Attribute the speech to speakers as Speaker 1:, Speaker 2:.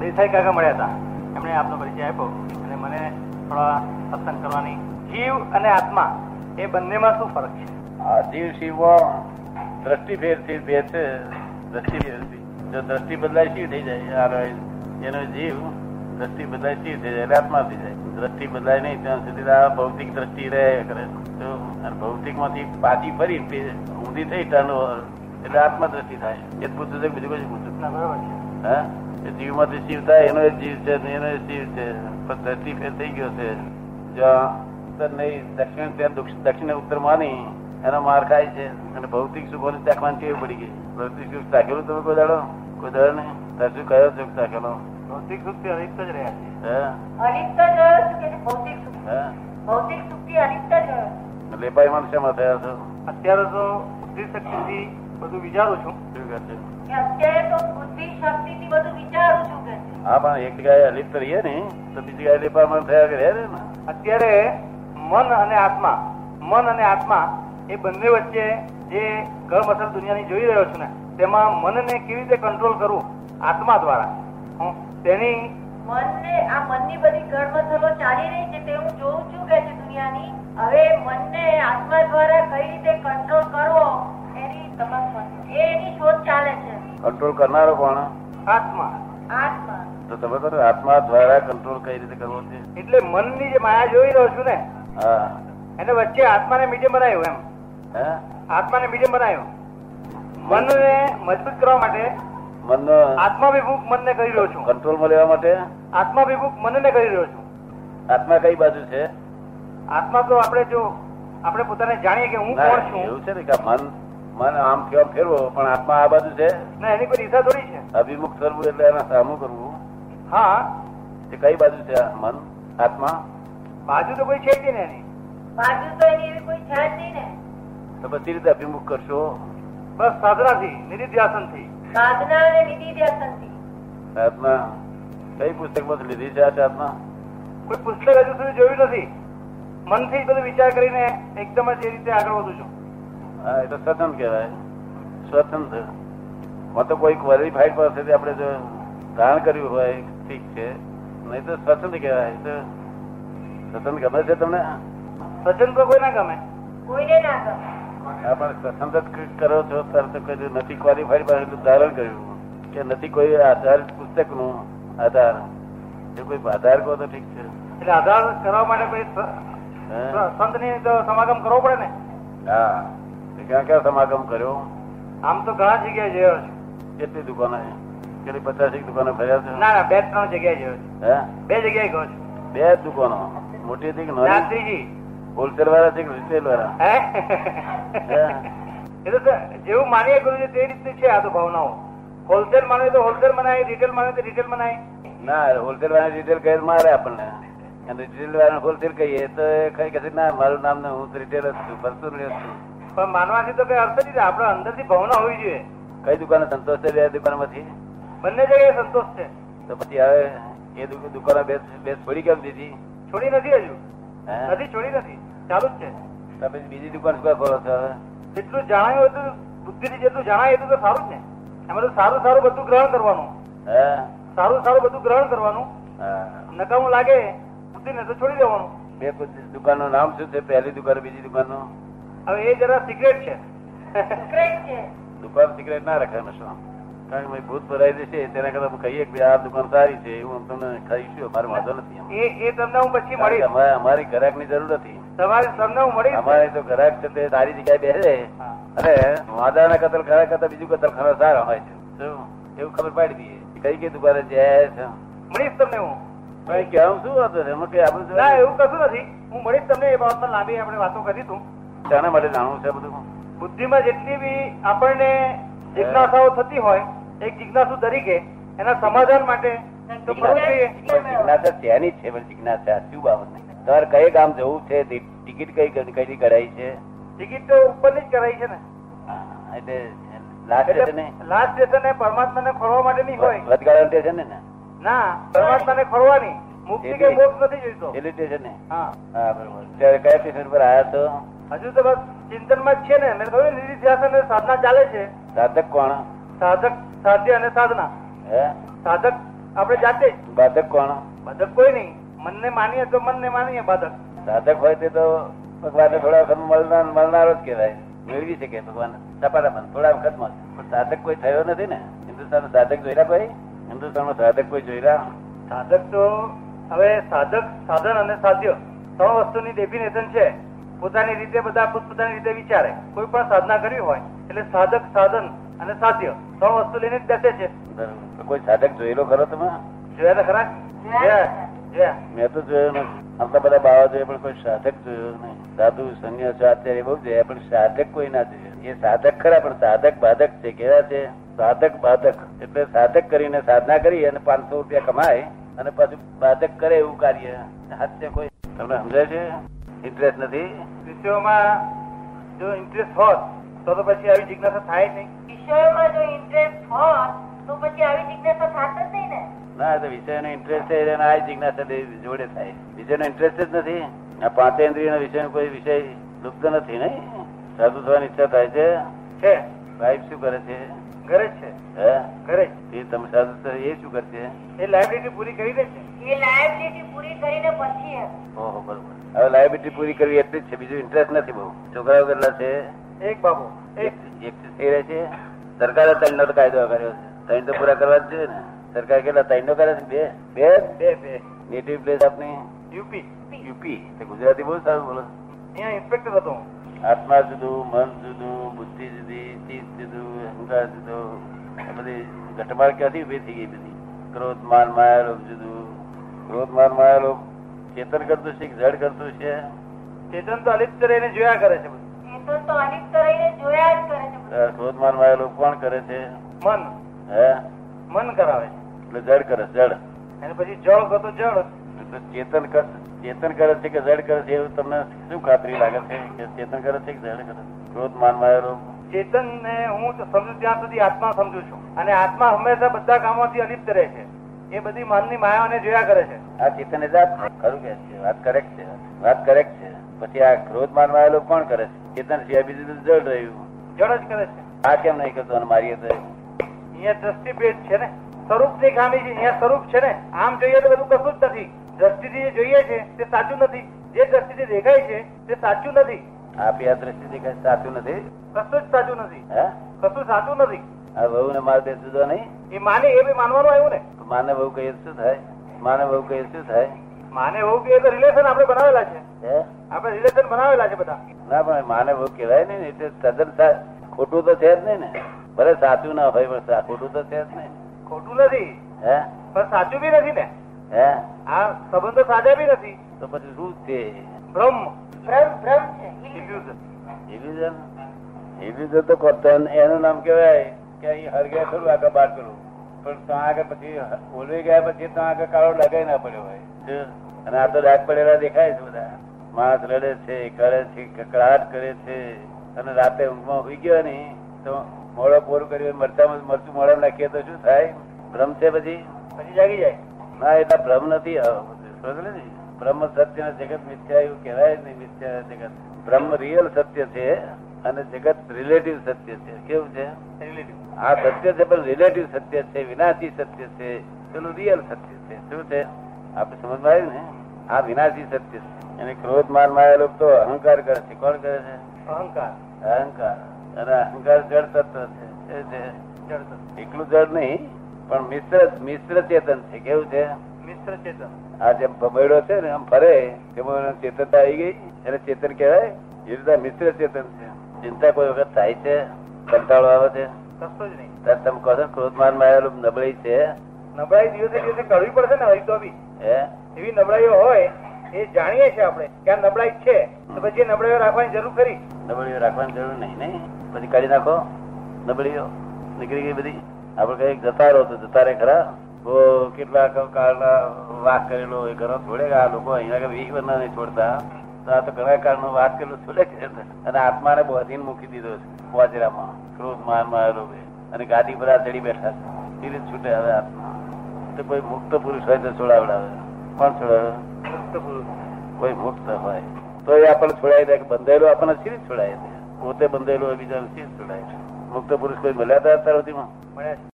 Speaker 1: દેસાઈ કાકા મળ્યા હતા એમણે આપનો પરિચય આપ્યો અને મને થોડા સત્સંગ કરવાની જીવ અને આત્મા એ બંનેમાં શું ફરક છે
Speaker 2: આ જીવ શિવમાં દ્રષ્ટિ ફેરથી ફેર છે દ્રષ્ટિ ફેરથી જો દ્રષ્ટિ બદલાય શિવ થઈ જાય આ રહે. એનો જીવ દ્રષ્ટિ બદલાય શિવ થઈ જાય એટલે આત્મા થઈ જાય દ્રષ્ટિ બદલાય નહીં ત્યાં સુધી તો આ ભૌતિક દ્રષ્ટિ રહે કરે તો અને ભૌતિકમાંથી પાછી ફરી તે ઊંધી થઈ ટર્ન ઓવર એટલે આત્મા દ્રષ્ટિ થાય એ જ પૂછતું છે બીજું કશું પૂછતું
Speaker 1: ના બરોબર છે
Speaker 2: નથી. હા એ જીવમાંથી શિવ થાય એનો એ જીવ છે ને એનો એ શિવ છે પણ દ્રષ્ટિ ફેર થઈ ગયો છે જ્યાં ઉત્તર નહીં દક્ષિણ ત્યાં દુક્ષ- દક્ષિણ ઉત્તર માની એનો માર ખાય છે અને ભૌતિક સુખોની ચાખવાની ટેવ પડી ગઈ ભૌતિક સુખ ચાખેલું તમે કોઈ દાડો કોઈ દાડો નહીં તાર શું કયો સુખ ચાખેલો
Speaker 1: ભૌતિક સુખથી અલિપ્ત જ રહ્યા છે
Speaker 2: હે
Speaker 3: અલિપ્ત જ રહ્યો છું કે ભૌતિક સુખ
Speaker 2: હે
Speaker 3: ભૌતિક સુખથી અલિપ્ત જ રહ્યો છું.
Speaker 2: લેપાઈમાં શેમાં થયા છો
Speaker 1: અત્યારે તો બુદ્ધિ શક્તિથી બધું વિચારું છું
Speaker 2: શું કહે છે
Speaker 3: કે અત્યારે તો બુદ્ધિ શક્તિથી બધું વિચારું છું કે છે.
Speaker 2: હા પણ એક જગ્યાએ અલિપ્ત રહીએ ને તો બીજી જગ્યાએ લેપાઈમાં થયા કરે ને
Speaker 1: અત્યારે મન અને આત્મા મન અને આત્મા એ બંને વચ્ચે જે ગમઅસર દુનિયાની જોઈ રહ્યો છું ને તેમાં મનને કેવી રીતે કંટ્રોલ કરવું આત્મા દ્વારા હું તેની
Speaker 3: મનને આ મનની બધી ગળમસલો ચાલી રહી છે તે હું જોઉં છું કે છે દુનિયાની હવે મનને આત્મા દ્વારા કઈ રીતે કંટ્રોલ કરવો એની તપાસ કરજો. એ એની શોધ ચાલે છે
Speaker 2: કંટ્રોલ કરનારો કોણ
Speaker 1: આત્મા
Speaker 3: આત્મા
Speaker 2: તો તમે કરો આત્મા દ્વારા કંટ્રોલ કઈ રીતે કરવો છે
Speaker 1: એટલે મનની જે માયા જોઈ રહ્યો છું ને
Speaker 2: હા
Speaker 1: એને વચ્ચે આત્માને મીડિયમ બનાવ્યું એમ
Speaker 2: હે
Speaker 1: આત્માને મીડિયમ બનાવ્યું મનને મજબૂત કરવા માટે
Speaker 2: મનનો
Speaker 1: આત્માભિમુખ મનને કરી રહ્યો છું
Speaker 2: કંટ્રોલમાં લેવા માટે
Speaker 1: આત્માભિમુખ મનને કરી રહ્યો છું
Speaker 2: આત્મા કઈ બાજુ છે
Speaker 1: આત્મા તો આપણે જો આપણે પોતાને જાણીએ કે હું
Speaker 2: ના,
Speaker 1: કોણ છું
Speaker 2: એવું છે ને કે મન મન આમ કેમ ફેરવો પણ આત્મા આ બાજુ છે
Speaker 1: ના એની કોઈ દિશા થોડી છે
Speaker 2: અભિમુખ થવું એટલે એના સામું કરવું
Speaker 1: હા
Speaker 2: એ કઈ બાજુ છે આ મન આત્મા
Speaker 1: બાજુ તો કોઈ છે જ નહીં ને એની
Speaker 3: બાજુ તો એની એવી કોઈ છે જ નહીં ને
Speaker 2: તો બધી રીતે અભિમુખ કરશો
Speaker 1: બસ સાધનાથી નિધિધ્યાસનથી
Speaker 3: સાધના અને વિધિ વ્યસનથી
Speaker 2: આત્મા કઈ પુસ્તક માંથી લીધી છે આ આત્મા
Speaker 1: કોઈ પુસ્તક હજુ સુધી જોયું નથી મનથી જ બધું વિચાર કરીને એકદમ જ એ રીતે આગળ વધું છું
Speaker 2: હા એ તો સ્વતંત્ર કહેવાય સ્વતંત્ર માં તો કોઈ ક્વોલિફાઈડ પાસેથી આપણે જો ધારણ કર્યું હોય ઠીક છે નહીં તો સ્વતંત્ર કહેવાય એ તો સ્વતંત્ર ગમે છે તમને
Speaker 1: સજન તો કોઈ ના ગમે
Speaker 3: કોઈને ના ગમે
Speaker 2: હા પણ સ્વતંત્ર જ કંઈક કરો છો ત્યારે તો કઈ નથી ક્વોલિફાઈડ પાસેથી ધારણ કર્યું કે નથી કોઈ આધારિત પુસ્તકનું આધાર જો કોઈ આધાર કહો તો ઠીક છે
Speaker 1: એટલે આધાર કરવા માટે કોઈ સ-
Speaker 2: હે?
Speaker 1: સ- સંતની તો સમાગમ કરવો પડે ને
Speaker 2: હા તો ક્યાં ક્યાં સમાગમ કર્યો
Speaker 1: આમ તો ઘણા જગ્યાએ જયો છું
Speaker 2: કેટલી દુકાનો કેટલી પચાસેક દુકાનો ફર્યા છો
Speaker 1: ના ના બે ત્રણ જગ્યાએ જયો છું
Speaker 2: હે
Speaker 1: બે જગ્યાએ ગયો છું
Speaker 2: બે જ દુકાનો મોટી હતી કે
Speaker 1: ના,
Speaker 2: નાની
Speaker 1: ત્રીજી
Speaker 2: હોલસેલ વાળા છે કે રિટેલ વાળા
Speaker 1: હે
Speaker 2: હે?
Speaker 1: એ તો સ- જેવું માનીએ ગુરુજી તે રીતની છે આ તો ભાવનાઓ હોલસેલ માને તો હોલસેલ મનાય રિટેલ માને તો રિટેલ મનાય
Speaker 2: ના હોલસેલ વાળા રિટેલ કહે તો મારે આપણને અને રિટેલ વાળા હોલસેલ કહીએ તો એ કઈ કહે છે, ના મારું નામ ને હું રિટેલ જ છું personal જ છું
Speaker 1: પણ માનવાથી તો કઈ અર્થ નથી આપણે અંદરથી ભાવના હોવી જોઈએ
Speaker 2: કઈ દુકાને સંતોષ છે બે દુકાનમાંથી
Speaker 1: બંને જગ્યાએ સંતોષ છે
Speaker 2: તો પછી હવે એ દુ- દુકાનો બે બે છોડી કેમ દીધી
Speaker 1: છોડી નથી હજુ
Speaker 2: હે?
Speaker 1: નથી છોડી નથી ચાલુ જ છે
Speaker 2: તો પછી બીજી દુકાન શું કામ ખોલો છો હવે?
Speaker 1: જેટલું જાણાયું એટલું બુદ્ધિથી જેટલું જણાય એટલું તો સારું જ ને એમાં તો સારું સારું બધું ગ્રહણ કરવાનું
Speaker 2: હે?
Speaker 1: સારું સારું બધું ગ્રહણ કરવાનું
Speaker 2: હા.
Speaker 1: નકામું લાગે બુદ્ધિને તો છોડી દેવાનું
Speaker 2: બે દુકાનનું નામ શું છે પહેલી દુકાન બીજી દુકાનનું
Speaker 1: હવે એ જરા સિક્રેટ છે
Speaker 3: સિક્રેટ છે
Speaker 2: દુકાન સિગરેટ ના રાખવાનું શું કારણ કે ભૂત ભરાઈ જશે તેના કરતા અમે કહીએ કે ભાઈ આ દુકાન સારી છે એવું અમે તમને કહીશું અમારે વાંધો નથી એમ.
Speaker 1: એ એ તમને હું પછી
Speaker 2: કારણ કે
Speaker 1: મળીશ
Speaker 2: અમારે અમારી ગ્રાહકની જરૂર નથી
Speaker 1: તમારે તમને હું મળીશ
Speaker 2: અમારે તો ગ્રાહક છે તે સારી જગ્યાએ બેસે
Speaker 1: હા.
Speaker 2: અને વાંદાના કતલ ખાના કરતા બીજું કતલ ખાના સારા હોય છે શું? એવું ખબર પાડી દઈએ કઈ કઈ દુકાને જાય છે
Speaker 1: મળીશ તમને હું
Speaker 2: પણ કેવું શું વાંધો છે એમાં કઈ આપણું
Speaker 1: ના
Speaker 2: શું?
Speaker 1: એવું કશું નથી હું મળીશ તમને એ બાબતમાં લાંબી આપણે વાતો કરીશું
Speaker 2: શાના માટે જાણવું છે બધું
Speaker 1: બુદ્ધિમાં જેટલી બી આપણને જિજ્ઞાસાઓ થતી હોય એક જિજ્ઞાસુ તરીકે એના સમાધાન માટે તો કરવું જ જોઈએ
Speaker 2: પણ જિજ્ઞાસા ત્યાંની જ છે પણ જિજ્ઞાસા શું બાબત નહીં તમારે કઈ કામ જવું છે ટિકિટ કઈ કઈ કરાઈ છે
Speaker 1: ટિકિટ તો ઉપરની જ કરાઈ છે ને
Speaker 2: હા, એટલે લાસ્ટ છે ને
Speaker 1: એટલે લાસ્ટ સ્ટેશન એ પરમાત્માને ખોરવા માટેની હોય
Speaker 2: વચગાળાનું તે છે ને ને
Speaker 1: ના પરમાત્માને ખોરવાની મુક્તિ કે મોક્ષ નથી જોઈતો
Speaker 2: રેલવે સ્ટેશન ને
Speaker 1: હા
Speaker 2: હા બરોબર ત્યારે કયા સ્ટેશન પર આવ્યા છો
Speaker 1: હજુ તો બસ ચિંતનમાં જ છે ને મેં કહ્યું નિધિધ્યાસન અને સાધના ચાલે છે
Speaker 2: સાધક કોણ
Speaker 1: સાધક સાધ્ય અને સાધના
Speaker 2: હે
Speaker 1: સાધક આપણે જાતે જ
Speaker 2: બાધક કોણ
Speaker 1: બાધક કોઈ નહીં મનને માનીએ તો મનને માનીએ બાધક
Speaker 2: સાધક હોય તે તો ભગવાનને થોડા વખત મળનાર મળનારો જ કહેવાય મેળવી શકે ભગવાન સપાટામાં થોડા વખતમાં જ. પણ સાધક કોઈ થયો નથી ને હિન્દુસ્તાન સાધક જોયેલા કોઈ હિન્દુસ્તાનમાં સાધક કોઈ જોયેલા
Speaker 1: સાધક તો હવે સાધક સાધન અને સાધ્ય ત્રણ વસ્તુની ડેફિનેશન છે પોતાની રીતે બધા પોતપોતાની રીતે વિચારે કોઈ પણ સાધના કરવી હોય એટલે સાધક સાધન અને સાધ્ય ત્રણ વસ્તુ લઈને જ બેસે છે
Speaker 2: બરાબર. તો કોઈ સાધક જોયેલો ખરો તમે
Speaker 1: જોયા તો ખરા
Speaker 3: જોયા.
Speaker 1: જોયા જોયા
Speaker 2: મેં તો જોયો નથી આટલા બધા બાવા જોયા પણ કોઈ સાધક જોયો નહીં સાધુ સંન્યાસ આચાર્ય બહુ જોયા પણ સાધક કોઈ ના જોયો એ સાધક ખરા પણ સાધક બાધક છે કેવા છે સાધક બાધક એટલે સાધક કરીને સાધના કરી અને પાંચસો રૂપિયા કમાય અને પાછું બાધક કરે એવું કાર્ય હાથે કોઈ તમને સમજાય છે ઇન્ટરેસ્ટ નથી
Speaker 1: વિષયોમાં જો ઇન્ટરેસ્ટ હોત તો તો પછી આવી જિજ્ઞાસા થાય જ નહીં
Speaker 3: વિષયોમાં જો ઇન્ટરેસ્ટ હોત તો પછી આવી જિજ્ઞાસા થાત જ નહીં ને
Speaker 2: ના એ તો વિષયનો ઇન્ટરેસ્ટ છે અને આ જિજ્ઞાસા બે જોડે થાય વિષયનો ઇન્ટરેસ્ટ જ નથી આ પાંચેન્દ્રિયનો વિષયનો કોઈ વિષય લુપ્ત નથી નહીં સાધુ થવાની ઈચ્છા થાય છે
Speaker 1: છે
Speaker 2: વાઈફ શું કરે છે
Speaker 1: ઘરે જ છે
Speaker 2: હે
Speaker 1: ઘરે જ
Speaker 2: તે તમે સાધુ તો એ શું કરશે
Speaker 1: એ લાઇબ્રેરી પૂરી કરી દે છે
Speaker 3: એ લાયબિલિટી પૂરી કરીને પછી એમ.
Speaker 2: ઓહો બરોબર હવે લાયબિલિટી પૂરી કરવી એટલી જ છે બીજું ઇન્ટરેસ્ટ નથી બહુ છોકરાઓ કેટલા છે
Speaker 1: એક બાબુ એક
Speaker 2: એકથી થઈ રહ્યા છે સરકારે ત્રણનો તો કાયદો કર્યો છે ત્રણ તો પૂરા કરવા જ જોઈએ ને સરકાર કેટલા ત્રણનો કરે છે બે બે
Speaker 1: બે બે
Speaker 2: નેટિવ પ્લેસ આપની
Speaker 1: યુપી
Speaker 2: યુપી તે ગુજરાતી બહુ સારું બોલો
Speaker 1: અહીંયા ઇન્સ્પેક્ટર હતો હું
Speaker 2: આત્મા જુદું મન જુદું બુદ્ધિ જુદી ચીજ જુદું અહંકાર જુદો આ બધી ઘટમાળ ક્યાંથી ઉભી થઈ ગઈ બધી ક્રોધ માન માયા લોભ જુદું ક્રોધ માન માયા લોભ ચેતન કરતું છે કે જડ કરતું છે
Speaker 1: ચેતન તો અલિપ્ત રહીને જોયા કરે છે બધું.
Speaker 3: ચેતન તો અલિપ્ત રહીને જોયા જ કરે છે બધું.
Speaker 2: આ ક્રોધ માન માયા લોભ કોણ કરે છે
Speaker 1: મન
Speaker 2: હે
Speaker 1: મન કરાવે છે
Speaker 2: એટલે જડ કરે છે, જડ
Speaker 1: અને પછી જળ ગતો જળ
Speaker 2: એટલે ચેતન કર ચેતન કરે છે કે જડ કરે છે એવું તમને શું ખાતરી લાગે છે કે ચેતન કરે છે કે જડ કરે છે ક્રોધ માન માયા લોભ
Speaker 1: ચેતન ને હું તો સમજુ ત્યાં સુધી આત્મા સમજુ છું અને આત્મા હંમેશા બધા કામોથી અલિપ્ત રહે છે એ બધી મનની માયાઓને જોયા કરે છે
Speaker 2: આ ચેતન એ જાત છે. ખરું કે છે વાત કરેક્ટ છે વાત કરેક્ટ છે પછી આ ક્રોધ માનવા આવેલો કોણ કરે છે ચેતન સિવાય બીજું બધું જડ રહ્યું
Speaker 1: જળ જ કરે છે
Speaker 2: આ કેમ નહીં કરતો અને મારીએ તો
Speaker 1: અહીંયા દ્રષ્ટિભેદ છે ને સ્વરૂપની ખામી છે અહીંયા સ્વરૂપ છે ને આમ જોઈએ તો બધું કશું જ નથી દ્રષ્ટિથી જે જોઈએ છે તે સાચું નથી જે દ્રષ્ટિથી દેખાય છે તે સાચું નથી
Speaker 2: આપી આ દ્રષ્ટિથી કઈ સાચું નથી
Speaker 1: કશું જ સાચું નથી
Speaker 2: હે
Speaker 1: કશું સાચું નથી
Speaker 2: આ વહુ ને માર દે જુદો નહીં
Speaker 1: એ માને એ બી માનવાનું આવ્યું ને
Speaker 2: તો માને વહુ કહીએ તો શું થાય માને વહુ કહીએ તો શું થાય
Speaker 1: માને એવું કે એ તો રિલેશન આપણે બનાવેલા છે
Speaker 2: હે
Speaker 1: આપણે રિલેશન બનાવેલા છે બધા
Speaker 2: ના પણ માને બહુ કહેવાય નહીં ને એટલે તદ્દન સા- ખોટું તો છે જ નહીં ને ભલે સાચું ના હોય પણ સા- ખોટું તો છે જ નહીં
Speaker 1: ખોટું નથી
Speaker 2: હે
Speaker 1: પણ સાચું બી નથી ને
Speaker 2: હે
Speaker 1: આ સંબંધો સાચા બી નથી
Speaker 2: તો પછી શું છે
Speaker 1: બ્રહ્મ
Speaker 3: ભ્રમ ભ્રમ છે
Speaker 1: illusion.
Speaker 2: Illusion? Illusion તો કોતન એનું નામ કહેવાય કે અહીં હરગે થોડું આગળ બહાર કરું પણ ત્યાં આગળ પછી હ- ઓલવી ગયા પછી ત્યાં આગળ કાળો લગાઈ ના પડ્યો હોય જો, અને આ તો રાત પડેલા દેખાય છે બધા માણસ રડે છે કરે છે કકડાટ કરે છે અને રાતે ઊંઘમાં હોઈ ગયો ને તો મોડો પોરું કર્યું મરચામાં મરચું મોડા નાખીએ તો શું થાય ભ્રમ છે પછી
Speaker 1: પછી જાગી જાય
Speaker 2: ના એટલા ભ્રમ નથી આ બધું. સમજ્યો ને? બ્રહ્મ સત્ય અને જગત મિથ્યા એવું કહેવાય જ નહીં મિથ્યા જગત બ્રહ્મ રિયલ સત્ય છે અને જગત રિલેટિવ સત્ય છે કેવું છે
Speaker 1: Relative.
Speaker 2: આ સત્ય છે પણ રિલેટિવ સત્ય છે વિનાશી સત્ય છે પેલું રિયલ સત્ય છે શું છે આપણે સમજમાં આવ્યું ને આ વિનાશી સત્ય છે એને ક્રોધ માન માં લોકો તો અહંકાર કરે છે કોણ કરે છે
Speaker 1: અહંકાર
Speaker 2: અહંકાર અને અહંકાર જળ તત્વ છે શું છે
Speaker 1: જળ તત્વ.
Speaker 2: એકલું જળ નહીં પણ મિશ્ર મિશ્ર ચેતન છે કેવું છે
Speaker 1: મિશ્ર ચેતન
Speaker 2: આ જેમ ભમેડો છે ને આમ ફરે તેમાં એને ચેતનતા આવી ગઈ એને ચેતન કહેવાય એ રીતે આ મિશ્ર ચેતન છે ચિંતા કોઈ વખત થાય છે કંટાળો આવે છે
Speaker 1: કશું જ નહીં
Speaker 2: ત્યારે તમે કહો છો ને, ક્રોધમાન માયેલું નબળી છે
Speaker 1: નબળાઈ દિવસે દિવસે કરવી પડશે ને હવે તો બી
Speaker 2: હે
Speaker 1: એવી નબળાઈઓ હોય એ જાણીએ છીએ આપણે કે આ નબળાઈ છે તો પછી એ નબળાઈઓ રાખવાની જરૂર ખરી
Speaker 2: નબળીઓ રાખવાની જરૂર નહીં નહીં પછી કાઢી નાખો નબળીઓ નીકળી ગઈ બધી આપણે કઈ જતા રહો તો જતા રહે ખરા બહુ કેટલાક કાળના વાસ કરેલો એ ઘરો છોડે કે આ લોકો અહીંયા આગળ વીસ વર્ષના નહીં છોડતા તો આ તો ઘણા કાળનો વાસ કરેલો છોડે કે અને આત્માને બોધીને મૂકી દીધો છે પોજરામાં ક્રોધ માર મારેલો છે. અને ગાદી પર આ ચડી બેઠા છે ધીરે છૂટે હવે આત્મા તો કોઈ મુક્ત પુરુષ હોય તો છોડાવડાવે કોણ છોડાવે કોઈ મુક્ત હોય તો એ આપણને છોડાય દે કે બંધાયેલો આપણને શી છોડાય દે પોતે બંધાયેલો હોય બીજાને શી છોડાય મુક્ત પુરુષ કોઈ મળ્યા હતા અત્યાર સુધીમાં
Speaker 1: મળ્યા છે